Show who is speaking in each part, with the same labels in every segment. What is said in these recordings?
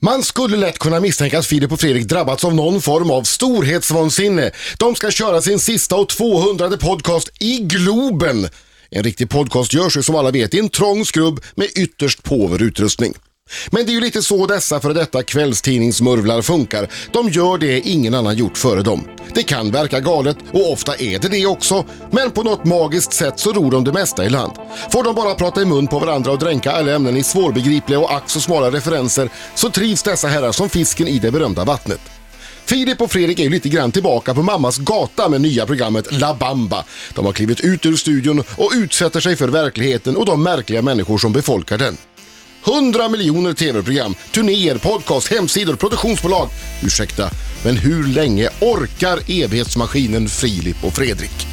Speaker 1: Man skulle lätt kunna misstänka att Filip och Fredrik drabbats av någon form av storhetsvansinne. De ska köra sin sista och 200 podcast i Globen. En riktig podcast görs ju som alla vet i en trång skrubb med ytterst påver utrustning. Men det är ju lite så dessa före detta kvällstidningsmurvlar funkar. De gör det ingen annan gjort före dem. Det kan verka galet och ofta är det det också. Men på något magiskt sätt så ror de det mesta i land. Får de bara prata i mun på varandra och dränka alla ämnen i svårbegripliga och ack så smala referenser så trivs dessa herrar som fisken i det berömda vattnet. Filip och Fredrik är ju lite grann tillbaka på mammas gata med nya programmet La Bamba. De har klivit ut ur studion och utsätter sig för verkligheten och de märkliga människor som befolkar den. 100 miljoner tv-program, turnéer, podcast, hemsidor, produktionsbolag. Ursäkta, men hur länge orkar evighetsmaskinen Filip och Fredrik?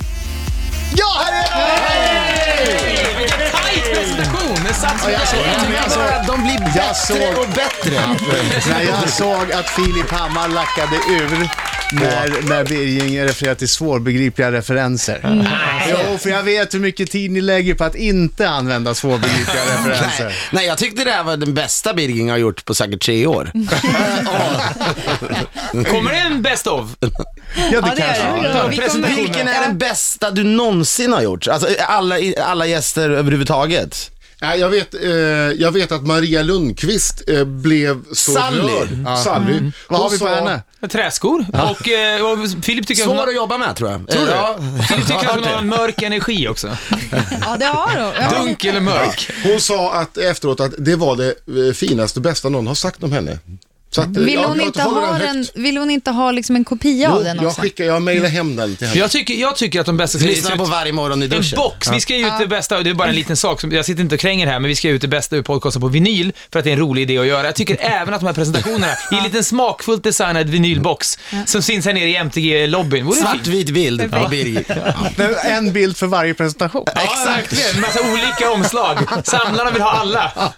Speaker 1: Ja, här är
Speaker 2: Vilken tajt presentation! Det satt som
Speaker 3: Ja, jag såg-
Speaker 2: Jag tycker
Speaker 3: men jag såg-
Speaker 2: bara att de blir bättre
Speaker 3: jag såg-
Speaker 2: och bättre.
Speaker 3: När jag såg att Filip Hammar lackade ur när, när Birging refererade till svårbegripliga referenser.
Speaker 2: Mm.
Speaker 3: Jo, för jag vet hur mycket tid ni lägger på att inte använda svårbegripliga
Speaker 2: Nej,
Speaker 3: referenser.
Speaker 2: nej, jag tyckte det här var den bästa Birging har gjort på säkert tre år.
Speaker 4: Mm. Kommer det en Best of?
Speaker 3: Ja,
Speaker 5: Ja, det är det.
Speaker 3: kanske-
Speaker 5: Ja, vi kommer-
Speaker 2: Vilken är den bästa du någonsin har gjort? Alltså alla, alla gäster överhuvudtaget.
Speaker 1: Nej, jag, vet, eh, jag vet att Maria Lundqvist eh, blev så
Speaker 2: Sally.
Speaker 1: rörd. Sally. Hon
Speaker 3: Vad har vi på
Speaker 1: sa-
Speaker 3: henne?
Speaker 4: Träskor. Och, eh, och Filip tycker att hon
Speaker 2: Svår
Speaker 4: har,
Speaker 2: att jobba med tror jag.
Speaker 4: Tror du?
Speaker 2: Ja.
Speaker 4: Filip tycker
Speaker 2: Jag
Speaker 4: att hon
Speaker 2: hört
Speaker 4: har en mörk energi också.
Speaker 5: Ja, det har du. Ja,
Speaker 4: Dunk eller mörk.
Speaker 1: Hon sa att efteråt att det var det eh, finaste och bästa någon har sagt om henne. Så att, eh,
Speaker 5: Vill
Speaker 1: jag-
Speaker 5: hon,
Speaker 1: jag
Speaker 5: inte
Speaker 1: håller
Speaker 5: ha den,
Speaker 1: högt.
Speaker 5: vill hon inte ha liksom en kopia
Speaker 1: Jo,
Speaker 5: av den
Speaker 1: jag
Speaker 5: också?
Speaker 1: skickar, jag mejlar hem den till henne.
Speaker 4: Jag tycker, jag tycker att de bästa ska
Speaker 2: Lyssnar på varje morgon i
Speaker 4: En
Speaker 2: duschen.
Speaker 4: box, vi ska ge ut det bästa, och det är bara en liten sak, som, jag sitter inte och kränger här, men vi ska ge ut det bästa ur podcasten på vinyl för att det är en rolig idé att göra. Jag tycker även att de här presentationerna i en liten smakfullt designad vinylbox som finns här nere i MTG-lobbyn. Vore det fint?
Speaker 2: Svartvit bild på Birging.
Speaker 3: Men En bild för varje presentation.
Speaker 4: Ja, verkligen. En massa olika omslag. Samlarna vill ha alla.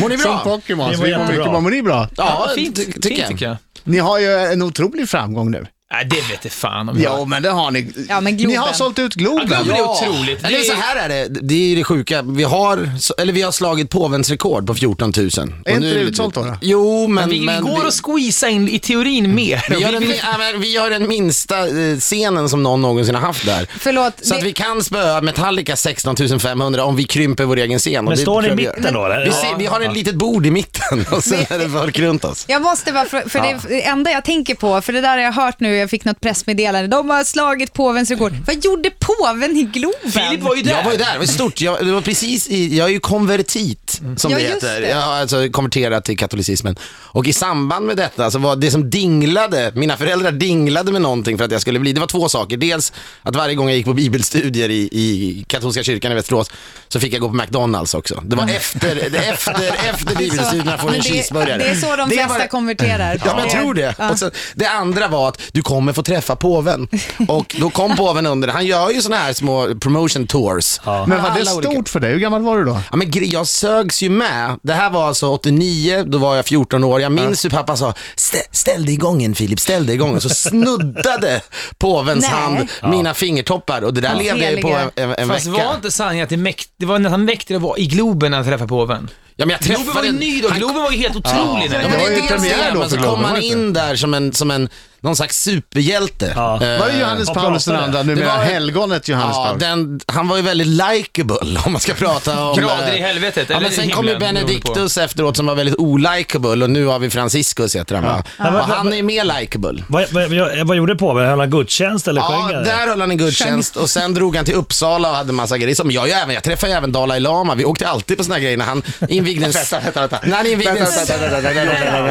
Speaker 2: Mår ni
Speaker 3: Som
Speaker 2: bra?
Speaker 3: Pokémon.
Speaker 6: Det
Speaker 3: Så
Speaker 6: var
Speaker 3: vi mår
Speaker 6: jättebra.
Speaker 3: mycket bra. Mår ni bra?
Speaker 2: Ja,
Speaker 4: fint,
Speaker 2: ty-
Speaker 4: fint
Speaker 2: tycker jag.
Speaker 4: tycker jag.
Speaker 3: Ni har ju en otrolig framgång nu.
Speaker 4: Nej, det vet jag fan om jag
Speaker 3: Jo, men det har ni.
Speaker 5: Ja, men Globen.
Speaker 3: Ni har sålt ut Globen.
Speaker 4: Ja, Globen är otroligt.
Speaker 2: Eller
Speaker 4: Det är-
Speaker 2: så här är det, det är ju det sjuka. Vi har, eller vi har slagit påvens rekord på 14 000. Och
Speaker 3: inte
Speaker 2: nu- liksom-
Speaker 3: det utsålt då, då?
Speaker 2: Jo, men...
Speaker 4: Vi
Speaker 2: men
Speaker 4: går
Speaker 2: vi-
Speaker 4: att squeeza in i teorin mer.
Speaker 2: vi gör, den, ja, men vi gör den minsta eh, scenen som någon någonsin har haft där.
Speaker 5: Förlåt,
Speaker 2: Så att
Speaker 5: det-
Speaker 2: vi kan spöa Metallica 16 500 om vi krymper vår egen scen. och
Speaker 6: Men
Speaker 2: det
Speaker 6: står ni i
Speaker 2: tror jag vi
Speaker 6: mitten
Speaker 2: gör.
Speaker 6: då, eller?
Speaker 2: Vi, ser, vi har ett litet bord i mitten och sen är det folk runt oss.
Speaker 5: Jag måste bara, för, för det enda jag tänker på, för det där har jag hört nu, jag fick något pressmeddelande, de har slagit påvens rekord. Vad gjorde påven i Globen?
Speaker 4: Filip var ju där.
Speaker 2: Jag var ju där, det var stort. Jag, det var precis i, jag är ju konvertit, som
Speaker 5: Mm. Ja,
Speaker 2: det
Speaker 5: just
Speaker 2: heter.
Speaker 5: det.
Speaker 2: Jag har alltså konverterat till katolicismen. Och i samband med detta, så var det som dinglade, mina föräldrar dinglade med någonting för att jag skulle bli, det var två saker. Dels att varje gång jag gick på bibelstudier i, i katolska kyrkan i Västerås, så fick jag gå på McDonalds också. Det var efter, det- efter, efter bibelstudierna får du
Speaker 5: Mm. Alltså, Men
Speaker 2: en
Speaker 5: det,
Speaker 2: cheeseburgare.
Speaker 5: det är så de
Speaker 2: Det
Speaker 5: flesta
Speaker 2: var-
Speaker 5: konverterar.
Speaker 2: Ja, men jag tror det.
Speaker 5: Ja.
Speaker 2: Och sen, det andra var att du kommer få träffa påven. Och då kom påven under, han gör ju såna här små promotion tours.
Speaker 3: Men var det
Speaker 2: Alla olika-
Speaker 3: stort för dig? Hur gammal var du då?
Speaker 2: Ja, men gre- jag sögs ju med. Det här var alltså 89, då var jag 14 år. Jag minns hur pappa sa, "Stä- ställ dig igång en Filip, ställ dig igång. Och så snuddade påvens
Speaker 5: Nej.
Speaker 2: hand mina fingertoppar och det där levde jag ju på en, en, en
Speaker 4: Fast
Speaker 2: vecka.
Speaker 4: var inte sanningen att det, mäkt, det var nästan mäktigare att vara i Globen än att träffa påven?
Speaker 2: Ja, men jag
Speaker 4: Globen var
Speaker 2: träffade
Speaker 4: ju
Speaker 2: en-
Speaker 4: ny då,
Speaker 2: han-
Speaker 4: Globen var ju helt otrolig. när
Speaker 2: Ja,
Speaker 4: den
Speaker 2: men
Speaker 3: var
Speaker 2: det
Speaker 3: ju
Speaker 2: är dels
Speaker 3: premiär
Speaker 2: det,
Speaker 3: då
Speaker 2: men så
Speaker 3: för Globen,
Speaker 2: kom
Speaker 3: var
Speaker 2: han
Speaker 3: det
Speaker 2: in där som en, som en någon slags superhjälte.
Speaker 6: Ja.
Speaker 2: Eh,
Speaker 3: Var det Johannes
Speaker 6: och
Speaker 3: Paulus den
Speaker 6: pratade.
Speaker 3: andra, numera
Speaker 2: var-
Speaker 3: helgonet Johannes
Speaker 2: Ja,
Speaker 3: Paulus?
Speaker 2: den, han var ju väldigt likable om man ska prata om...
Speaker 4: Grader i
Speaker 2: eh,
Speaker 4: helvetet,
Speaker 2: ja,
Speaker 4: eller
Speaker 2: men sen
Speaker 4: himlen,
Speaker 2: kom ju
Speaker 4: beroende på.
Speaker 2: Benedictus efteråt som var väldigt olikable och nu har vi Franciscus heter han va?
Speaker 6: Men
Speaker 2: Och
Speaker 6: vad-
Speaker 2: han är ju mer likable.
Speaker 6: Vad, vad, jag- vad gjorde påven? Höll han gudstjänst eller sjöng
Speaker 2: Ja,
Speaker 6: han?
Speaker 2: där höll han en gudstjänst och sen drog han till Uppsala och hade massa grejer. Som jag, ju även, jag träffade ju även Dalai Lama, vi åkte alltid på såna här grejer när han invigde en... vänta, vänta, vänta. När han invigde en...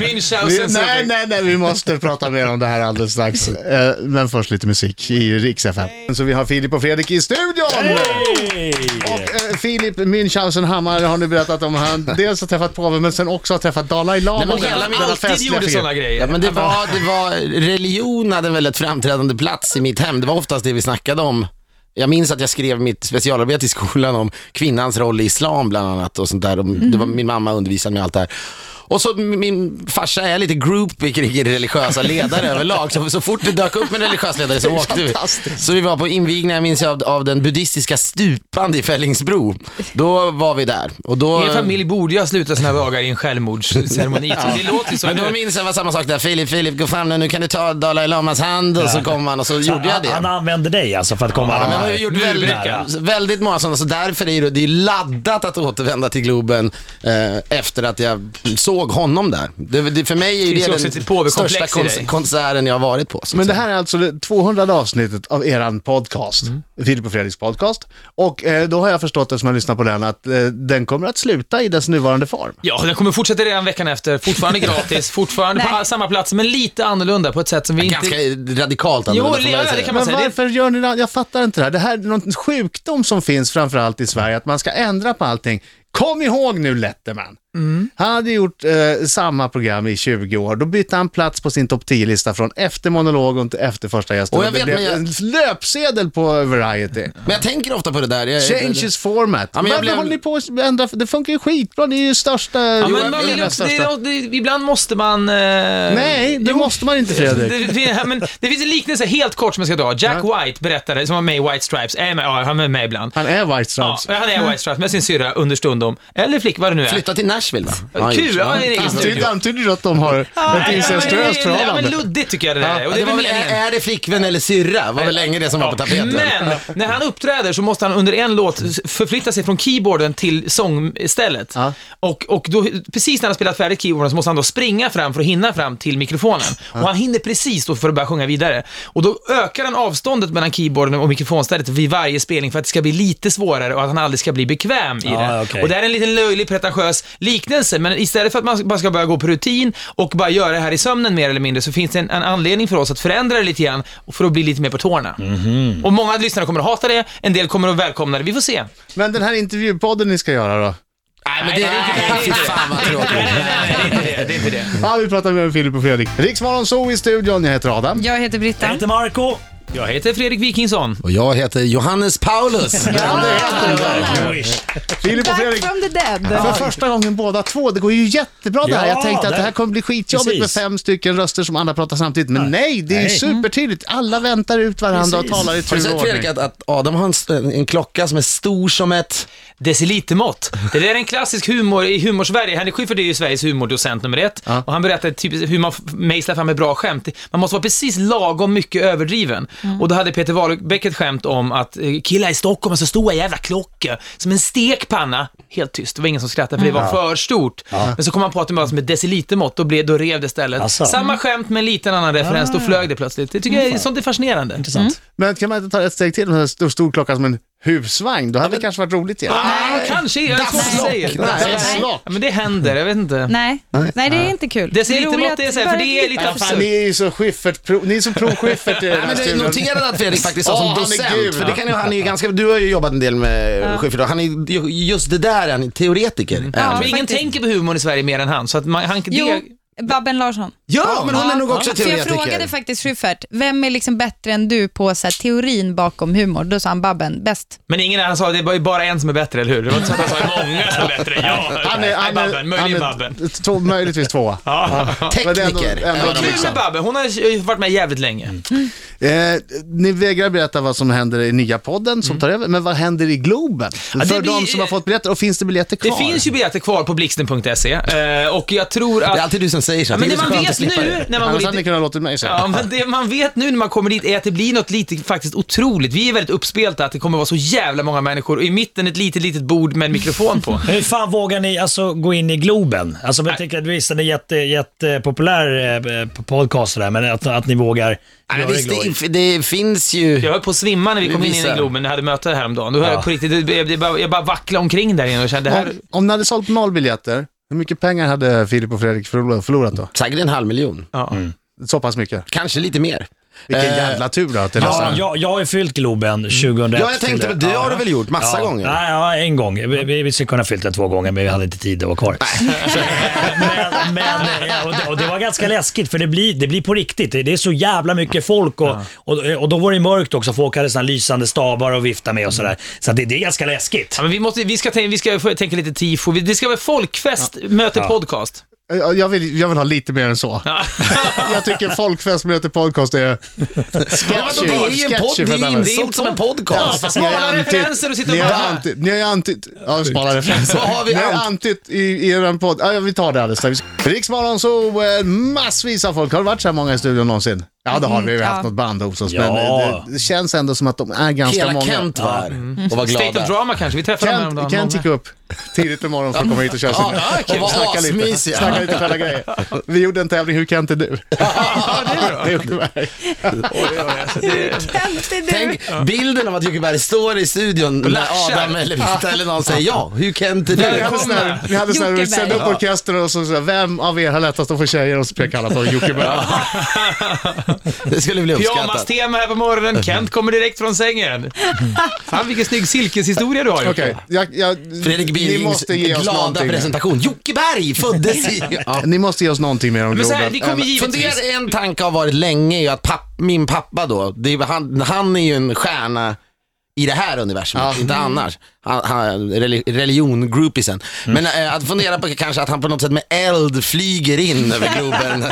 Speaker 3: Vi,
Speaker 4: Münchhausen
Speaker 3: nej, nej, nej, vi måste prata mer om det här alldeles strax. Eh, Men först lite musik i Rix FM. Så vi har Filip och Fredrik i studion! Och eh, Filip Münchhausen Hammar har nu berättat om han dels har träffat påven men sen också har träffat Dalai Lama.
Speaker 2: Nej, men
Speaker 3: Denna-
Speaker 2: hela min
Speaker 3: denna
Speaker 4: alltid
Speaker 3: festliga
Speaker 4: gjorde
Speaker 3: figur.
Speaker 4: sådana grejer.
Speaker 2: Ja, men det var, det var, religion hade en väldigt framträdande plats i mitt hem. Det var oftast det vi snackade om. Jag minns att jag skrev mitt specialarbete i skolan om kvinnans roll i islam bland annat och sånt där. De- Det var, min mamma undervisade mig allt det här. Och så min farsa är lite groupie kring religiösa ledare överlag. Så, så fort det dök upp en religiös ledare så åkte vi. Så vi var på invigningar, minns jag, av, av den buddhistiska stupan i Fällingsbro. Då var vi där. Och då...
Speaker 4: Min familj borde ju ha slutat sina dagar i en självmordsceremoni. så Det låter ju så.
Speaker 2: Men då minns jag det var samma sak där, Filip, Filip gå fram nu, nu kan du ta Dalai Lamas hand och så kom han och så gjorde jag det.
Speaker 6: Han använde dig alltså för att komma
Speaker 2: Ja, men jag har ju gjort väldigt,
Speaker 6: nära.
Speaker 2: väldigt många sådana, så därför är det, det är laddat att återvända till Globen eh, efter att jag såg honom där. Det, det, för mig är ju
Speaker 4: Finns ju också
Speaker 2: det
Speaker 4: ett
Speaker 2: den
Speaker 4: påvekomplex
Speaker 2: största
Speaker 4: i
Speaker 2: kons-
Speaker 4: dig.
Speaker 2: konserten jag har varit på. så att
Speaker 3: Men det
Speaker 2: säga.
Speaker 3: här är alltså det 200 avsnittet av eran podcast,
Speaker 4: Mm.
Speaker 3: Filip och Fredriks podcast. Och eh, då har jag förstått det som jag lyssnar på den, att eh, den kommer att sluta i dess nuvarande form.
Speaker 4: Ja, den kommer fortsätta redan veckan efter. Fortfarande gratis, fortfarande på
Speaker 5: Nej.
Speaker 4: all- samma plats, men lite annorlunda på ett sätt som vi inte...
Speaker 2: Ganska radikalt
Speaker 4: Jo,
Speaker 2: annorlunda får man
Speaker 4: ja,
Speaker 2: säga.
Speaker 4: det kan man
Speaker 3: Men
Speaker 4: säga. Det-
Speaker 3: varför gör ni det? Jag fattar inte det här. Det här är någon sjukdom som finns framförallt i Sverige, att man ska ändra på allting. Kom ihåg nu Letterman. Han hade gjort eh, samma program i 20 år. Då bytte han plats på sin topp 10-lista från efter monologen till efter första gästen.
Speaker 2: Och jag
Speaker 3: det
Speaker 2: vet,
Speaker 3: blev
Speaker 2: men jag-
Speaker 3: en löpsedel på Variety.
Speaker 2: Men jag tänker ofta på det där. Jag,
Speaker 3: Change is format.
Speaker 2: Ja, men jag
Speaker 3: Varför
Speaker 2: blev-
Speaker 3: håller ni på att ändra? Det funkar ju skitbra, ni är ju största...
Speaker 4: Ja, men man
Speaker 3: Jo, ni är
Speaker 4: vill
Speaker 3: den
Speaker 4: också, det,
Speaker 3: största.
Speaker 4: är- det, ibland måste man... eh,
Speaker 3: Nej, det måste man inte Fredrik.
Speaker 4: Det, det, men det finns en liknelse helt kort som jag ska dra. Jack White berättade, som var med i White Stripes, är med, ja, han är med ibland.
Speaker 3: Han är White
Speaker 4: Ja,
Speaker 3: Stripes.
Speaker 4: han är White Stripes med sin syrra understundom. Eller flick, vad det nu är.
Speaker 2: Flytta till Nashville va? Ja,
Speaker 4: Kul,
Speaker 2: just det.
Speaker 4: ja, det är egen
Speaker 3: Antyder-
Speaker 4: studio.
Speaker 3: Antyder du att de har
Speaker 4: Ja,
Speaker 3: ett
Speaker 4: ja,
Speaker 3: incestuöst
Speaker 4: men- Ja, men
Speaker 3: förhållande?
Speaker 4: luddigt tycker jag det där är.
Speaker 2: Ja,
Speaker 4: Och
Speaker 2: det var väl,
Speaker 4: meningen.
Speaker 2: är det flickvän eller syrra? var väl länge det som var på tapeten.
Speaker 4: Men när han uppträder så måste han under en låt förflytta sig från keyboarden till sångstället.
Speaker 3: Ja.
Speaker 4: Och, och då, precis när han spelat färdigt keyboarden så måste han då springa fram för att hinna fram till mikrofonen. Och han hinner precis då för att börja sjunga vidare. Och då ökar han avståndet mellan keyboarden och mikrofonstället vid varje spelning för att det ska bli lite svårare och att han aldrig ska bli bekväm i
Speaker 6: Ja,
Speaker 2: Ah,
Speaker 4: det.
Speaker 6: okej.
Speaker 4: Och det här är en liten löjlig pretentiös liknelse, men istället för att man bara ska börja gå på rutin och bara göra det här i sömnen mer eller mindre, så finns det en, en anledning för oss att förändra det lite grann och för att bli lite mer på tårna.
Speaker 2: Mhm.
Speaker 4: Och många lyssnare kommer att hata det, en del kommer att välkomna det, vi får se.
Speaker 3: Men den här intervjupodden ni ska göra då?
Speaker 2: Nej men det är inte Fy fan vad tråkigt.
Speaker 4: Det är inte det.
Speaker 3: Ja, vi pratar med Filip och Fredrik. Riksmorgon Zoo i studion, jag heter Adam.
Speaker 5: Jag heter
Speaker 6: Jag
Speaker 5: Britta.
Speaker 6: heter Marco.
Speaker 4: Jag heter Fredrik Wikingsson.
Speaker 2: Och jag heter Johannes Paulus.
Speaker 3: Filip och
Speaker 5: Ah, Back
Speaker 3: Fredrik.
Speaker 5: from the dead.
Speaker 3: För första gången båda två, det går ju jättebra det här.
Speaker 6: Ja,
Speaker 3: Jag tänkte att det här
Speaker 6: där-
Speaker 3: kommer bli skitjobbigt
Speaker 6: Precis.
Speaker 3: med fem stycken röster som alla pratar samtidigt. Men nej, det är
Speaker 6: Nej.
Speaker 2: Mm.
Speaker 3: supertydligt. Alla väntar ut varandra och talar i
Speaker 2: Har du
Speaker 3: tur
Speaker 2: sett
Speaker 3: och
Speaker 2: Fredrik
Speaker 3: ordning.
Speaker 2: att, att Adam har en, st- en klocka som är stor som ett...
Speaker 4: Decilitermått. Det där är en klassisk humor i humorsverige. Henrik Schyffert är ju Sveriges humordocent nummer ett.
Speaker 3: Ja.
Speaker 4: Och han berättade typ hur man f- mejslar fram ett bra skämt. Man måste vara precis lagom mycket överdriven. Och då hade Peter Wahlbeck ett skämt om att eh, killar i Stockholm har så stora jävla klockor, som en stekpanna. Helt tyst, det var ingen som skrattade för det var för stort. Men så kom han på att det var som ett decilitermått, då, blev, då rev det stället.
Speaker 6: Alltså.
Speaker 4: Samma skämt med en liten annan referens, då flög det plötsligt. Det tycker jag är, sånt är fascinerande.
Speaker 6: Intressant.
Speaker 3: Men kan man inte ta ett steg till med en stor, stor klocka som en husvagn? Då hade det kanske varit roligt igen.
Speaker 4: Ah, kanske, jag är svårt att säga.
Speaker 3: Nej,
Speaker 4: Ja,
Speaker 3: slott.
Speaker 4: Men det händer, jag vet inte.
Speaker 5: Nej. Nej, det är inte kul. roligt
Speaker 4: Decilitermått är så här, för
Speaker 5: bara
Speaker 4: det är lite
Speaker 3: Ja, fan,
Speaker 4: absurt.
Speaker 3: ni är ju så Schyffert, ni är så pro-Schyffert i den
Speaker 2: Nej,
Speaker 3: här
Speaker 2: men det är
Speaker 3: studion.
Speaker 2: noterade att Fredrik faktiskt sa
Speaker 3: Åh,
Speaker 2: som
Speaker 3: han är gul.
Speaker 2: docent. För det kan ju, han är ju ganska, du har ju jobbat en del med Schyffert och han är ju- just det där, är han är teoretiker.
Speaker 4: Jag
Speaker 2: Ja,
Speaker 4: tror ingen
Speaker 5: faktiskt.
Speaker 4: tänker på humorn i Sverige mer än han, så att man, han,
Speaker 5: Jo,
Speaker 4: det,
Speaker 5: Babben Larsson.
Speaker 2: ja men hon är nog också
Speaker 5: För jag
Speaker 2: teoretiker.
Speaker 5: frågade faktiskt Schyffert, vem är liksom bättre än du på så här, teorin bakom humor? Då sa han Babben, bäst.
Speaker 4: men ingen han sa, det är bara en som är bättre, eller hur? Det var inte så att han sa många som är bättre än jag.
Speaker 3: Han är, han
Speaker 4: Nej,
Speaker 3: är,
Speaker 4: Babben, möjligen
Speaker 3: han är
Speaker 4: Babben.
Speaker 3: Två, möjligtvis tvåa.
Speaker 4: Ja.
Speaker 3: Men det är ändå-
Speaker 2: Tekniker.
Speaker 3: ändå
Speaker 2: Ja, de är liksom- Mm.
Speaker 4: Kul med Babben, hon har ju varit med jävligt länge.
Speaker 3: Eh, ni vägrar berätta vad som händer i nya podden som tar över, men vad händer i Globen?
Speaker 4: Mm. det
Speaker 3: För
Speaker 4: blir-
Speaker 3: de som har fått biljetter, och finns det biljetter
Speaker 4: Det
Speaker 3: kvar?
Speaker 4: finns ju biljetter kvar på blixten.se eh, och jag tror
Speaker 2: Det är
Speaker 4: att...
Speaker 2: alltid du som säger så.
Speaker 4: Ja, men
Speaker 2: är
Speaker 4: det
Speaker 2: så
Speaker 4: man
Speaker 2: skönt att
Speaker 4: vet
Speaker 2: slippa
Speaker 4: nu,
Speaker 2: det.
Speaker 4: när man går
Speaker 3: Annars hade
Speaker 4: dit
Speaker 3: ni kunnat låta mig säga.
Speaker 4: Ja, men det man vet nu när man kommer dit är att det blir något lite, faktiskt otroligt. Vi är väldigt uppspelta, att det kommer vara så jävla många människor och i mitten ett litet, litet bord med en mikrofon på.
Speaker 6: Men Hur fan vågar ni alltså gå in i Globen? Alltså, men jag tänker att visst, den är jätte, jättepopulär eh, eh, podcast och det här, men att, att ni vågar
Speaker 2: Nej,
Speaker 6: göra
Speaker 2: visst,
Speaker 6: Globen.
Speaker 2: det, det finns ju...
Speaker 4: Jag höll på att svimma när vi kom in i
Speaker 2: Vissa.
Speaker 4: Globen när jag hade möte häromdagen. Då höll
Speaker 6: Ja.
Speaker 4: jag på riktigt, det, det, det, bara- jag bara vacklade omkring där inne och kände, det här,
Speaker 3: Om, om ni hade sålt noll biljetter, hur mycket pengar hade Filip och Fredrik förlorat förlorat då?
Speaker 2: Säkert en halv miljon.
Speaker 4: ja.
Speaker 3: Mm. Så pass mycket?
Speaker 2: Kanske lite mer.
Speaker 3: Vilken
Speaker 2: Eh,
Speaker 3: jävla tur då att det
Speaker 6: Ja,
Speaker 3: nästan...
Speaker 6: jag, jag har ju fyllt Globen 2001.
Speaker 2: Mm. Ja, jag tänkte på det. har du väl gjort massa
Speaker 6: ja.
Speaker 2: gånger?
Speaker 6: Nej, ja, en gång. Vi, vi, vi skulle kunna ha fyllt det två gånger, men vi hade inte tid, det var kvar. men, men, eh, och, det, och det var ganska läskigt, för det blir, det blir på riktigt. Det, det är så jävla mycket folk och, och, och då var det mörkt också. Folk hade såna lysande stavar att vifta med och sådär. Så att det, det är ganska läskigt.
Speaker 4: Ja, men vi, måste, vi, ska tänka, vi ska få- tänka lite tifo, Vi- det ska vara folkfest, möte podcast.
Speaker 3: Eh, Jag vill, jag vill ha lite mer än så. jag tycker folkfest möter podcast är
Speaker 2: Ja, men det är ju en podd, det är
Speaker 3: sketchy.
Speaker 2: inställt som en podcast.
Speaker 4: fast smala referenser och sitta och
Speaker 3: Ni har
Speaker 4: bara-
Speaker 3: antytt, ni har antytt, ja smala referenser.
Speaker 2: Vad har vi
Speaker 3: ni har
Speaker 2: ant-
Speaker 3: antytt i, i er podd, ja, vi tar det alldeles strax. Riksmorgon så eh, massvis av folk, har det varit så här många i studion någonsin? Ja det har vi, vi har haft
Speaker 5: Ja.
Speaker 3: något band hos oss,
Speaker 6: Ja.
Speaker 3: men eh, det, det känns ändå som att de är ganska
Speaker 2: Hela
Speaker 3: många.
Speaker 2: Kent var här och var
Speaker 4: State of
Speaker 2: glada.
Speaker 4: drama kanske, vi träffade dem
Speaker 3: Kent,
Speaker 4: häromdagen.
Speaker 3: Kent gick
Speaker 4: Många.
Speaker 3: upp tidigt på morgonen för att komma hit och köra sin
Speaker 2: Ja, ja, kul.
Speaker 3: och snacka lite,
Speaker 2: Asmysiga.
Speaker 3: snacka lite sköna grejer. Vi gjorde en tävling, hur Kent är du? det gjorde vi.
Speaker 5: Tänkte du?
Speaker 2: Tänk bilden av att Jockeberg står i studion när
Speaker 4: latchar.
Speaker 2: Adam eller Vita eller någon säger ja, hur Kent är
Speaker 3: Vi
Speaker 2: du?
Speaker 3: hade sån här- Vi hade sån här,
Speaker 5: Jockeberg.
Speaker 3: sände upp orkestern och så, så här, vem av er har lättast att få tjejer? Och så pekade alla på Jockeberg.
Speaker 2: Det skulle bli uppskattat.
Speaker 4: Pyjamas-tema här på
Speaker 3: Mm.
Speaker 4: morgonen, Kent kommer direkt från sängen. Fan vilken snygg silkeshistoria du har Jocke.
Speaker 3: Okej, jag, jag,
Speaker 2: Fredrik
Speaker 3: ni
Speaker 2: Birings
Speaker 3: måste ge oss
Speaker 2: glada
Speaker 3: någonting.
Speaker 2: presentation. Jockeberg föddes i... Ja.
Speaker 3: Ni måste ge oss någonting mer om
Speaker 4: Men så här,
Speaker 3: Globen.
Speaker 4: vi kommer
Speaker 3: Äm,
Speaker 4: givetvis...
Speaker 2: Fundera, en tanke har varit länge är ju att papp, min pappa då, det är, han, han är ju en stjärna i det här universumet, inte annars. Han, han, reli- religion-groupisen. Men eh, att fundera på kanske att han på något sätt med eld flyger in över Globen.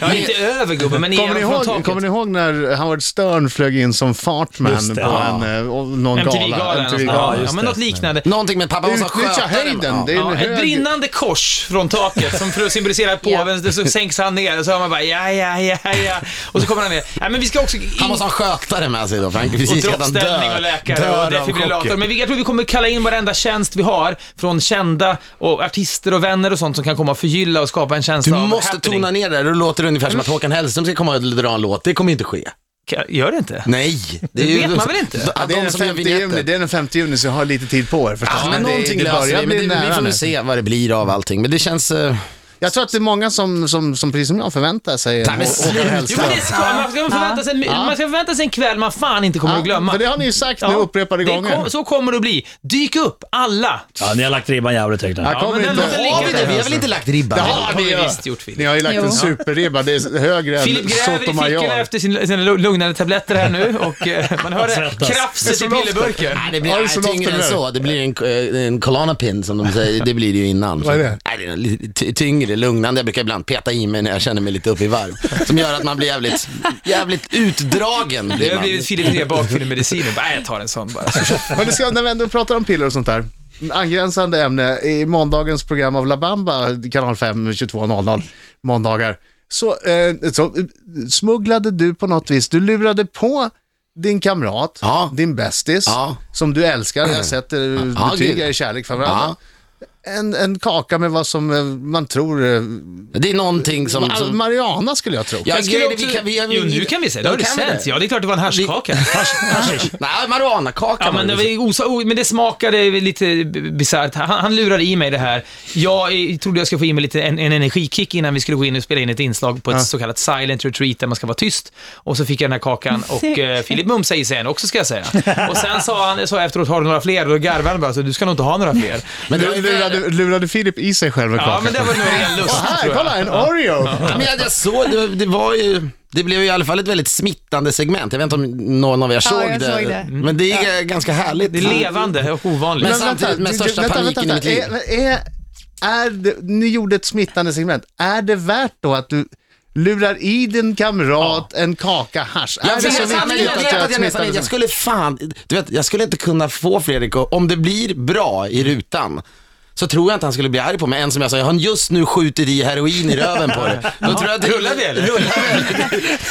Speaker 4: Ja, inte över gubben, men
Speaker 3: Kommer
Speaker 4: igenom
Speaker 3: ni,
Speaker 4: från
Speaker 3: ihåg,
Speaker 4: taket.
Speaker 3: kommer ni ihåg när Howard Stern flög in som fartman
Speaker 6: Just
Speaker 3: på
Speaker 6: det.
Speaker 3: en, eh, och någon gala?
Speaker 4: MTV-galan.
Speaker 3: MTV-gala.
Speaker 4: Ja, ja,
Speaker 6: just
Speaker 4: men
Speaker 6: det.
Speaker 4: något liknande.
Speaker 2: Någonting med att pappa måste ha
Speaker 3: Utnyttja
Speaker 2: skötare.
Speaker 3: höjden, det är
Speaker 2: Ja.
Speaker 3: en
Speaker 4: Ja, ett
Speaker 3: hög...
Speaker 4: brinnande kors från taket som för att symbolisera påven, så sänks han ner och så hör man bara ja, ja, ja, ja. Och så kommer han ner. Nej, men vi ska också in
Speaker 2: Han måste ha en skötare med sig då, för han kan precis
Speaker 4: och
Speaker 2: att han
Speaker 4: droppställning
Speaker 2: dör.
Speaker 4: och läkare
Speaker 2: dör
Speaker 4: och
Speaker 2: av
Speaker 4: defibrillator.
Speaker 2: chocken.
Speaker 4: Men vi, jag tror vi kommer kalla in varenda tjänst vi har från kända och artister och vänner och sånt som kan komma och förgylla och skapa en
Speaker 2: Du
Speaker 4: känsla av
Speaker 2: måste
Speaker 4: happening. Mm.
Speaker 2: tona ner det här. Du låter ungefär som att Håkan Hellström ska komma och dra en låt. Det kommer inte ske.
Speaker 4: Ka- Gör det inte?
Speaker 2: Nej. Det, är
Speaker 4: Det vet man väl inte?
Speaker 2: De,
Speaker 3: Ja, det, är
Speaker 2: de
Speaker 3: den
Speaker 2: som gör
Speaker 3: 50 juni,
Speaker 2: vinjetter.
Speaker 3: det är den 50 juni, så jag har lite tid på er förstås.
Speaker 2: Ja, men någonting löser vi. Men det, vi får nu se vad det blir av allting. Men det känns... eh,
Speaker 3: Jag tror att det är många som, som, som precis som jag förväntar sig
Speaker 2: Nej, men
Speaker 3: Hå-
Speaker 2: sluta.
Speaker 3: Håkan
Speaker 4: Jo, men det ska man. Man ska förvänta sig en, man ska förvänta sig en kväll man fan inte kommer att glömma.
Speaker 3: För det har ni ju sagt nu
Speaker 4: Ja.
Speaker 3: upprepade
Speaker 4: Det
Speaker 3: gånger.
Speaker 4: kom- så kommer det att bli. Dyk upp, alla!
Speaker 6: Ja, ni har lagt ribban jävligt högt nu.
Speaker 3: Jag kommer
Speaker 4: men den låter
Speaker 3: inte...
Speaker 4: lite-
Speaker 2: Har vi det? Vi har väl inte lagt ribban?
Speaker 3: Jaha.
Speaker 4: Det har vi visst gjort, Filip.
Speaker 3: Ni har ju lagt
Speaker 5: Jo.
Speaker 3: en superribba, det är högre än
Speaker 4: Filip gräver i fickorna
Speaker 3: Sotomayor.
Speaker 4: efter sin- sina lugnande tabletter här nu och eh, man hör det
Speaker 2: Alltså,
Speaker 6: Svettas.
Speaker 4: krafset i pillerburken.
Speaker 2: Nej, det
Speaker 3: Ja, det är
Speaker 2: blir
Speaker 3: så
Speaker 2: nej, tyngre
Speaker 3: långt
Speaker 2: än
Speaker 3: det
Speaker 2: så. Det blir en, eh, en Colanapin som de säger. Det blir det ju innan.
Speaker 3: Vad är det?
Speaker 2: Nej, det är lite ty- tyngre, lugnande. Jag brukar ibland peta i mig när jag känner mig lite upp i varv. Som gör att man blir jävligt, jävligt utdragen.
Speaker 4: Det
Speaker 2: Blir
Speaker 4: har
Speaker 2: man.
Speaker 4: blivit Filip nya bakfyllemediciner. Bara, Nej, jag tar en sån bara. Så-
Speaker 3: Men det ska, när vi ändå pratar om piller och sånt där. Angränsande ämne, i måndagens program av La Bamba, kanal 5, 22.00, måndagar, så, eh, så eh, smugglade du på något vis, du lurade på din kamrat,
Speaker 2: Ja.
Speaker 3: din bästis,
Speaker 2: Ja.
Speaker 3: som du älskar, jag sätter
Speaker 2: Ja,
Speaker 3: betyg,
Speaker 2: gud.
Speaker 3: jag är kärlek för varandra. En, en kaka med vad som eh, man tror, eh,
Speaker 2: Det är någonting som...
Speaker 3: Al-
Speaker 2: som
Speaker 3: Mariana skulle jag tro.
Speaker 2: Alltså, Ja,
Speaker 4: Jag skulle
Speaker 2: grejen är,
Speaker 4: också-
Speaker 2: vi kan- vi-
Speaker 4: Jo, nu kan vi säga det.
Speaker 2: Ja,
Speaker 4: Har det
Speaker 2: kan vi
Speaker 4: sänts? Ja, det är klart det var en haschkaka.
Speaker 2: Nej, marijuanakaka.
Speaker 4: Ja, men, det
Speaker 2: var liksom.
Speaker 4: var osa, o, men det smakade lite b- bisarrt. Han, han lurade i mig det här. Jag eh, trodde jag skulle få i mig lite en, en energikick innan vi skulle gå in och spela in ett inslag på ett så kallat silent retreat där man ska vara tyst. Och så fick jag den här kakan och eh, Filip mumsade i sig en också ska jag säga. Och sen sa han så efteråt, har du några fler? Och då garvade han bara, så du ska nog inte ha några fler.
Speaker 2: Men det var ju-
Speaker 3: lurade, lurade Filip i sig själv en
Speaker 4: Ja, men det var nog ren lust
Speaker 3: Åh, här,
Speaker 4: tror jag.
Speaker 3: kolla, en Oreo!
Speaker 2: Ja, men jag, jag såg, det, det var ju... Det blev ju i alla fall ett väldigt smittande segment. Jag vet inte om någon av er såg,
Speaker 5: jag
Speaker 2: det.
Speaker 5: såg det.
Speaker 2: Men det är ganska härligt.
Speaker 4: Det är levande och ovanligt.
Speaker 2: Men samtidigt med största paniken i mitt liv.
Speaker 3: Är, är, är det, ni gjorde ett smittande segment. Är det värt då att du lurar i din kamrat en kaka hasch?
Speaker 2: Jag
Speaker 3: är det
Speaker 2: vet,
Speaker 3: så
Speaker 2: jag, jag,
Speaker 3: viktigt att
Speaker 2: vet
Speaker 3: göra
Speaker 2: att
Speaker 3: ett
Speaker 2: jag nästan
Speaker 3: smittande
Speaker 2: inte, jag
Speaker 3: segment?
Speaker 2: skulle fan, du vet, jag skulle inte kunna få Fredrik, och- om det blir bra i rutan, så tror jag inte han skulle bli arg på mig. En som jag sa, jag har just nu skjutit i heroin i röven på dig. Då tror jag att det
Speaker 4: Rullar vi, eller?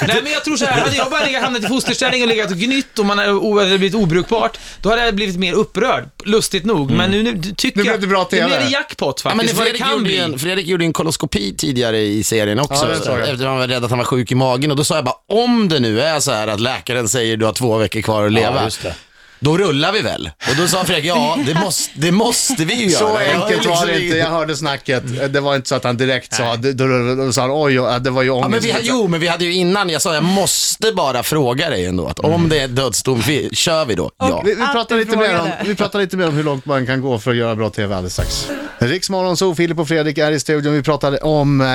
Speaker 4: Nej men jag tror så här, hade jag bara legat, hamnat i fosterställning och legat och gnytt och man hade o- hade blivit obrukbart, då hade jag blivit mer upprörd, lustigt nog. Men nu, nu tycker
Speaker 3: Mm. Nu blev
Speaker 4: jag...
Speaker 3: det bra TV.
Speaker 4: Nu blev det jackpot
Speaker 2: Ja,
Speaker 4: faktiskt. för
Speaker 2: men
Speaker 4: det
Speaker 2: Fredrik,
Speaker 4: kan
Speaker 2: gjorde
Speaker 4: bli.
Speaker 2: ju en, Fredrik gjorde ju en koloskopi tidigare i serien också,
Speaker 3: Ja, det såg jag.
Speaker 2: eftersom han var rädd att han var sjuk i magen. Och då sa jag bara, om det nu är så här att läkaren säger du har två veckor kvar att leva,
Speaker 6: just det.
Speaker 2: då rullar vi väl? Och då sa Fredrik, ja det måste, det måste vi ju göra.
Speaker 3: Så
Speaker 2: Jag har
Speaker 3: enkelt
Speaker 2: liksom
Speaker 3: var det inte, jag hörde snacket. Det var inte så att han direkt sa, då, då, då, då sa han oj, oj, det var ju ångest.
Speaker 2: Ja, men vi, jo, men vi hade ju innan, jag sa jag måste bara fråga dig ändå, att
Speaker 3: Mm.
Speaker 2: om det är dödsdom, vi, kör vi då? Ja.
Speaker 3: Vi, vi,
Speaker 5: Att
Speaker 3: pratar
Speaker 5: du
Speaker 3: lite mer om,
Speaker 5: frågade.
Speaker 3: vi pratar lite mer om hur långt man kan gå för att göra bra TV alldeles strax. Riksmorgon, så Filip och Fredrik är i studion. Vi pratade om eh,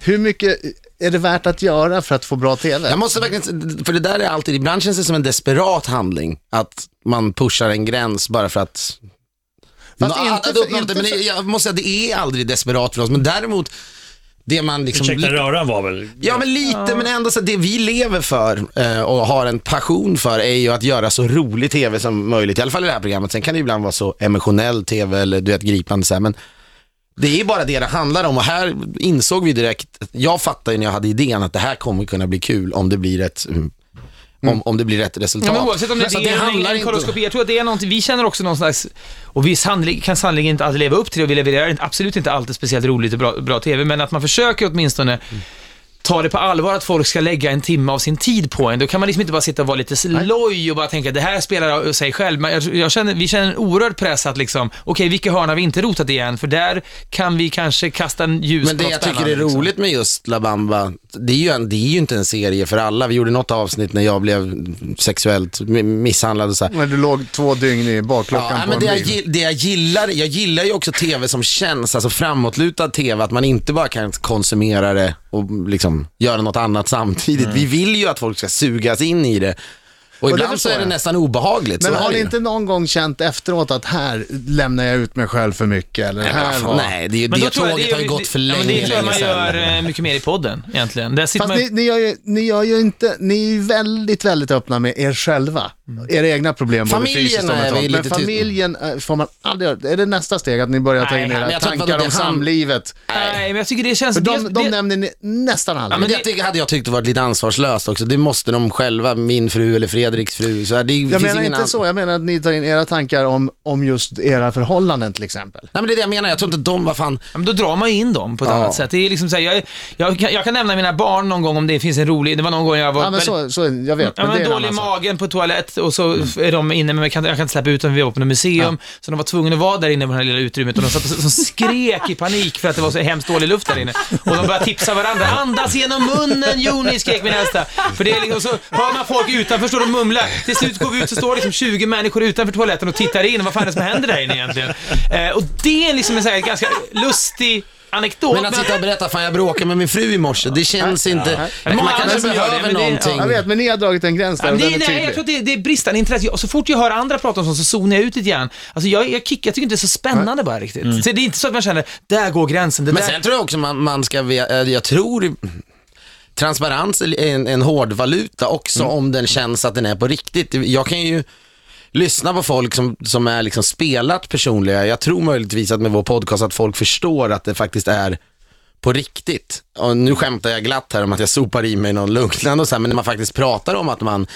Speaker 3: hur mycket är det värt att göra för att få bra TV?
Speaker 2: Jag måste verkligen, för det där är alltid, ibland känns det som en desperat handling, att man pushar en gräns bara för att
Speaker 3: Fast
Speaker 2: Nå,
Speaker 3: inte,
Speaker 2: att uppnå
Speaker 3: för, inte
Speaker 2: det, men
Speaker 3: för,
Speaker 2: jag måste säga, att det är aldrig desperat för oss, men däremot det man liksom...
Speaker 6: Ursäkta, röran var väl...
Speaker 2: Ja, men lite, men ändå så att det vi lever för eh, och har en passion för är ju att göra så rolig tv som möjligt, i alla fall i det här programmet. Sen kan det ibland vara så emotionell tv eller du vet, gripande så här, men det är bara det det handlar om och här insåg vi direkt, jag fattade ju när jag hade idén att det här kommer kunna bli kul om det blir ett, mm, om, om det blir rätt resultat.
Speaker 4: Ja, men oavsett om det
Speaker 2: Så
Speaker 4: är
Speaker 2: att
Speaker 4: det eller en
Speaker 2: inte-
Speaker 4: koloskopi, jag tror att det är någonting, vi känner också någon slags, och vi sannolikt- kan sannolikt inte alltid leva upp till det och vi levererar inte- absolut inte alltid speciellt roligt och bra, bra TV, men att man försöker åtminstone ta det på allvar att folk ska lägga en timme av sin tid på en. Då kan man liksom inte bara sitta och vara lite loj och bara tänka det här spelar sig själv. Men jag, jag känner, vi känner en oerhörd press att liksom, okej vilka hörn har vi inte rotat igen? För där kan vi kanske kasta en ljus
Speaker 2: Men
Speaker 4: på
Speaker 2: det
Speaker 4: något
Speaker 2: jag tycker är
Speaker 4: spännande, liksom.
Speaker 2: roligt med just La Bamba, det är, ju en, det är ju inte en serie för alla. Vi gjorde något avsnitt när jag blev sexuellt mi- misshandlad och så här.
Speaker 3: när du låg två dygn i bakluckan
Speaker 2: Ja,
Speaker 3: på
Speaker 2: men
Speaker 3: en
Speaker 2: det, jag,
Speaker 3: bil.
Speaker 2: gill- det jag gillar, jag gillar ju också tv som känns, alltså framåtlutad tv, att man inte bara kan konsumera det och liksom göra något annat samtidigt. Vi vill ju att folk ska sugas in i det. Och,
Speaker 3: det
Speaker 2: ibland så
Speaker 3: förstår
Speaker 2: är det
Speaker 3: jag.
Speaker 2: nästan obehagligt.
Speaker 3: Men
Speaker 2: så är
Speaker 3: har
Speaker 2: det
Speaker 3: ni
Speaker 2: ju.
Speaker 3: inte någon gång känt efteråt att här lämnar jag ut mig själv för mycket? Eller
Speaker 2: Nej,
Speaker 3: här
Speaker 2: men
Speaker 3: var...
Speaker 2: vad fan, Nej, det, är ju- det
Speaker 4: då tror jag
Speaker 2: tåget har ju gått för
Speaker 4: ja,
Speaker 2: länge,
Speaker 4: men Det tror jag
Speaker 2: länge
Speaker 4: man gör
Speaker 2: sedan.
Speaker 4: eh, mycket mer i podden egentligen. Där sitter
Speaker 3: Fast
Speaker 4: man...
Speaker 3: ni, ni, gör ju, ni gör ju inte, ni är ju väldigt, väldigt öppna med er själva. Era egna problem, både
Speaker 2: Mm. Familjen
Speaker 3: fysiskt och
Speaker 2: är vi
Speaker 3: mentalt.
Speaker 2: lite
Speaker 3: Men
Speaker 2: tyst-
Speaker 3: familjen eh, får man aldrig göra. Är det nästa steg, att ni börjar ta
Speaker 4: Nej,
Speaker 3: in
Speaker 4: men
Speaker 3: era
Speaker 2: jag tror inte
Speaker 3: tankar
Speaker 2: det
Speaker 3: om
Speaker 2: han-
Speaker 3: samlivet?
Speaker 4: Nej, men jag tycker det känns...
Speaker 3: För de,
Speaker 4: det-
Speaker 3: de
Speaker 4: det-
Speaker 3: nämner ni nästan aldrig.
Speaker 2: Men det, hade jag tyckt varit lite ansvarslöst också. Det måste de själva, min fru eller Fredriks fru. Så här, det
Speaker 3: jag
Speaker 2: finns
Speaker 3: menar
Speaker 2: ingen
Speaker 3: inte
Speaker 2: annan-
Speaker 3: så, jag menar att ni tar in era tankar om, om just era förhållanden till exempel.
Speaker 2: Nej men det är det jag menar, jag tror inte de, vad fan,
Speaker 4: Ja, men då drar man ju in dem på ett
Speaker 2: Ja.
Speaker 4: annat sätt. Det är liksom så här, jag, jag, kan- jag kan nämna mina barn någon gång om det finns en rolig, det var någon gång jag var
Speaker 3: Ja, men
Speaker 4: väldigt-
Speaker 3: så, så, jag vet,
Speaker 4: Ja,
Speaker 3: men det
Speaker 4: men
Speaker 3: är
Speaker 4: dålig
Speaker 3: en
Speaker 4: i
Speaker 3: annan sak.
Speaker 4: magen på toalett och så är de inne, men jag kan, jag kan inte släppa ut dem, vi var på något museum. Så de var tvungna att vara där inne på det här lilla utrymmet och de satt och som skrek i panik för att det var så hemskt dålig luft där inne. Och de började tipsa varandra. Andas genom munnen Joni, skrek min äldsta. För det är liksom, så hör man folk utanför står de och mumlar. Till slut går vi ut så står det liksom 20 människor utanför toaletten och tittar in. Vad fan är det som händer där inne egentligen? Eh, och det är liksom en så här ganska lustig anekdot.
Speaker 2: men att sitta och berätta, fan jag bråkade med min fru i morse, det känns inte,
Speaker 4: nej.
Speaker 2: många
Speaker 4: Nej,
Speaker 2: kanske
Speaker 4: men så gör det,
Speaker 2: behöver
Speaker 4: men det- ja.
Speaker 2: någonting.
Speaker 3: Jag vet, men ni har dragit en gräns där och
Speaker 4: Nej,
Speaker 3: den är
Speaker 4: nej, jag
Speaker 3: tydlig.
Speaker 4: tror att det, det är bristande intresse. Jag- Så fort jag hör andra prata om sånt så zonar jag ut lite grann. Alltså jag, jag, kick, jag tycker inte det är så spännande bara riktigt.
Speaker 3: Mm.
Speaker 4: Så det är inte så att man känner, där går gränsen. Det
Speaker 2: Men
Speaker 4: där.
Speaker 2: sen tror jag också man, man ska, ve- eh, jag tror transparens är en, en hård valuta också om den känns att den är på riktigt. Jag kan ju lyssna på folk som, som är liksom spelat personliga. Jag tror möjligtvis att med vår podcast att folk förstår att det faktiskt är på riktigt. Och nu skämtar jag glatt här om att jag sopar i mig någon lugnande och så här, men när man faktiskt pratar om att man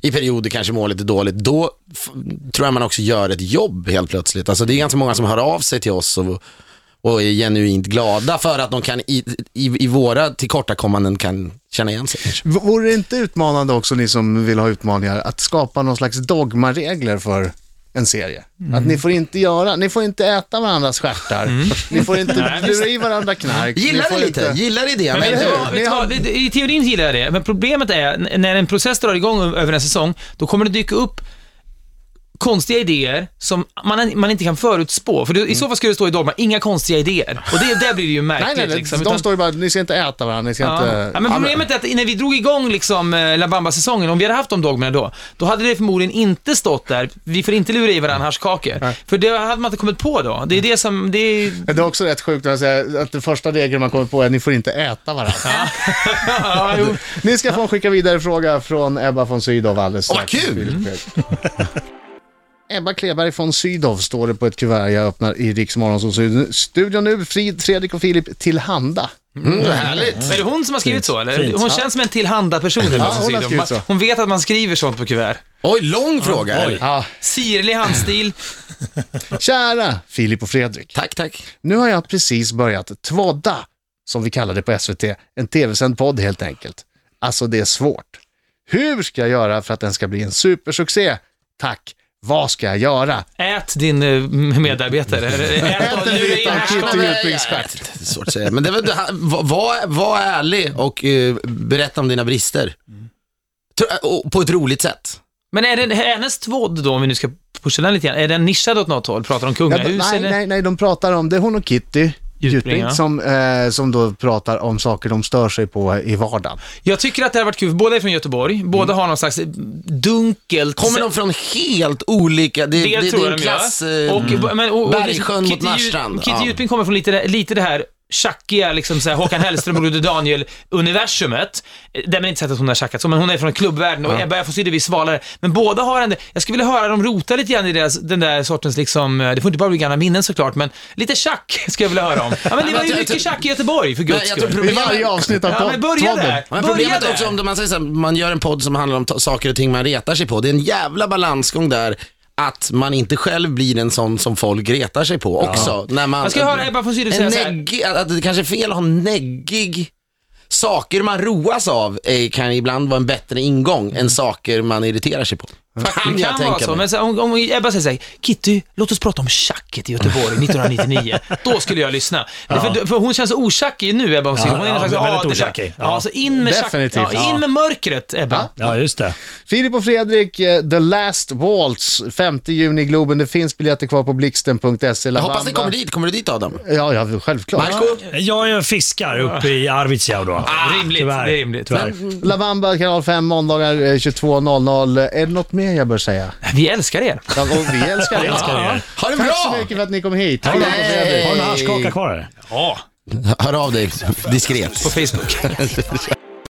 Speaker 2: i perioder kanske mår lite dåligt, då f- tror jag man också gör ett jobb helt plötsligt. Alltså det är ganska många som hör av sig till oss och, och är genuint glada för att de kan i, i, i våra tillkortakommanden kan känna igen sig. kanske.
Speaker 3: V- Vore det inte utmanande också, ni som vill ha utmaningar, att skapa någon slags dogmaregler för en serie? Att ni får inte göra, ni får inte äta varandras stjärtar, ni får inte lura i varandra knark. ni
Speaker 2: Gillar
Speaker 3: får
Speaker 2: det lite,
Speaker 3: Inte...
Speaker 2: gillar det det?
Speaker 4: Men vet
Speaker 2: Men,
Speaker 4: du vad,
Speaker 3: hur?
Speaker 4: vet du vad? Det- det- I teorin gillar jag det, men problemet är n- när en process drar igång ö- över en säsong, då kommer det dyka upp konstiga idéer som man, man inte kan förutspå. För det, i så fall skulle det stå i dogma, inga konstiga idéer. Och det, där blir det ju märkligt.
Speaker 3: Mm. Nej, nej, nej.
Speaker 4: liksom,
Speaker 3: de
Speaker 4: utan-
Speaker 3: står ju bara, ni ska inte äta varandra, ni ska
Speaker 4: Ja.
Speaker 3: inte...
Speaker 4: Ja, men problemet är att när vi drog igång liksom eh, La Bamba-säsongen, om vi hade haft de dogmerna då, då hade det förmodligen inte stått där, vi får inte lura i varandra haschkakor. För det hade man inte kommit på då. Det är det som, det är...
Speaker 3: Men Det är också rätt sjukt att, säga, att den första regeln man kommer på är att ni får inte äta varandra.
Speaker 4: Ja, jo.
Speaker 3: ni ska få en skicka vidare fråga från Ebba von Sydow alldeles
Speaker 2: Åh, vad
Speaker 3: strax.
Speaker 2: kul!
Speaker 3: Mm. Ebba Kleberg från Sydow står det på ett kuvert jag öppnar i Rix Morgonzoo- studion nu. Frid, Fredrik och Filip tillhanda.
Speaker 2: mm, vad härligt.
Speaker 4: Är det hon som har skrivit så eller?
Speaker 6: Fint.
Speaker 4: Hon känns som en tillhanda person. eller vad som
Speaker 3: hon har
Speaker 4: säger.
Speaker 3: skrivit
Speaker 4: Man-
Speaker 3: så.
Speaker 4: hon vet att man skriver sånt på kuvert.
Speaker 2: Oj, lång fråga.
Speaker 6: Oj.
Speaker 3: Ja.
Speaker 4: Sirlig handstil.
Speaker 3: Kära Filip och Fredrik.
Speaker 2: Tack, tack.
Speaker 3: Nu har jag precis börjat tvådda, som vi kallar det på SVT. En tv-sänd podd helt enkelt. Alltså det är svårt. Hur ska jag göra för att den ska bli en supersuccé? Tack. Vad ska jag göra?
Speaker 4: Ät din eh, medarbetare. Ät och lura in
Speaker 3: vita
Speaker 4: haschkakor.
Speaker 3: Kitty Jutbyxstjärt.
Speaker 2: Det är svårt att säga. Men det var, det- var, var, var ärlig och eh, berätta om dina brister. Tro- och På ett roligt sätt.
Speaker 4: Men är den hennes tvådd då, om vi nu ska pusha den lite grann, är den nischad åt något håll? Pratar om kungahus
Speaker 3: nej,
Speaker 4: eller?
Speaker 3: nej, nej, de pratar om, det är hon och Kitty.
Speaker 4: Utbringa.
Speaker 3: som, eh, som då pratar om saker de stör sig på i vardagen.
Speaker 4: Jag tycker att det har varit kul, för båda är från Göteborg, båda har någon slags dunkelt...
Speaker 2: Mm. Kommer de från helt olika, det, det,
Speaker 4: Det
Speaker 2: det,
Speaker 4: tror
Speaker 2: är
Speaker 4: jag
Speaker 2: en
Speaker 4: de
Speaker 2: klass...
Speaker 4: gör.
Speaker 2: eh,
Speaker 4: Och, men, och, och,
Speaker 2: Bergsjön mot
Speaker 4: Kitty Ju-
Speaker 2: Marstrand.
Speaker 4: Kitty
Speaker 2: Ja.
Speaker 4: Jutbring kommer från lite, det- lite det här tjackiga, liksom så här, Håkan Hellström och Broder Daniel-universumet. Eh, Där man inte sett att hon har tjackat så, men hon är från klubbvärlden och Ebba af Forsydde är svalare. Men båda har en, jag skulle vilja höra dem rota lite grann i deras, den där sortens, liksom, eh, det får inte bara bli gamla minnen såklart, men lite tjack skulle jag vilja höra om. Ja, men det var ju
Speaker 2: jag
Speaker 4: mycket
Speaker 2: tror-
Speaker 4: tjack i Göteborg, för guds
Speaker 2: Men jag tror
Speaker 4: skull.
Speaker 3: I
Speaker 2: problemet-
Speaker 3: varje avsnitt av
Speaker 4: Ja,
Speaker 3: pod-
Speaker 4: men börja
Speaker 3: podden.
Speaker 4: där.
Speaker 2: Men
Speaker 4: Börja
Speaker 2: problemet
Speaker 4: där.
Speaker 2: också om man säger så här, man gör en podd som handlar om ta- saker och ting man retar sig på. Det är en jävla balansgång där att man inte själv blir en sån som folk retar sig på också. När man,
Speaker 4: Jag ska höra Ebba von Sydow säga
Speaker 2: en
Speaker 4: så här.
Speaker 2: neggig, att- Att det kanske är fel att ha neggig Saker man roas av eh, kan ibland vara en bättre ingång än saker man irriterar sig på. Kan
Speaker 4: Det
Speaker 2: jag
Speaker 4: kan vara
Speaker 2: tänka
Speaker 4: så,
Speaker 2: mig.
Speaker 4: men så, om, om Ebba säger såhär, Kitty, låt oss prata om tjacket i Göteborg 1999. Då skulle jag lyssna. För, för hon känns så otjackig nu, Ebba. Hon,
Speaker 6: Ja,
Speaker 4: hon
Speaker 6: ja,
Speaker 4: slags
Speaker 6: hon är väldigt
Speaker 4: adel.
Speaker 6: otjackig.
Speaker 4: Ja.
Speaker 6: Ja.
Speaker 4: så in med, tjack,
Speaker 3: Definitivt.
Speaker 4: ja, in
Speaker 3: Ja.
Speaker 4: med mörkret, Ebba.
Speaker 6: Ja, just det.
Speaker 3: Filip och Fredrik, eh, The Last Waltz, 5 juni i Globen. Det finns biljetter kvar på blixten.se.
Speaker 2: Jag hoppas ni kommer dit. Kommer du dit Adam?
Speaker 3: Ja, ja, självklart.
Speaker 2: Marco?
Speaker 6: Jag är fiskar uppe i Arvidsjaur då.
Speaker 4: Ah, rimligt, det är rimligt.
Speaker 6: Tyvärr.
Speaker 3: Lavamba, kanal 5, måndagar eh, 22.00. Är det något mer jag bör säga?
Speaker 4: Vi älskar er.
Speaker 3: Ja, och vi älskar er.
Speaker 6: Älskar er.
Speaker 2: Ha det
Speaker 3: Tack så
Speaker 2: bra!
Speaker 3: mycket för att ni kom hit.
Speaker 6: Har
Speaker 3: Filip och Fredrik.
Speaker 6: du någon haschkaka kvar eller?
Speaker 4: Ja,
Speaker 2: Hör av dig diskret.
Speaker 4: på Facebook.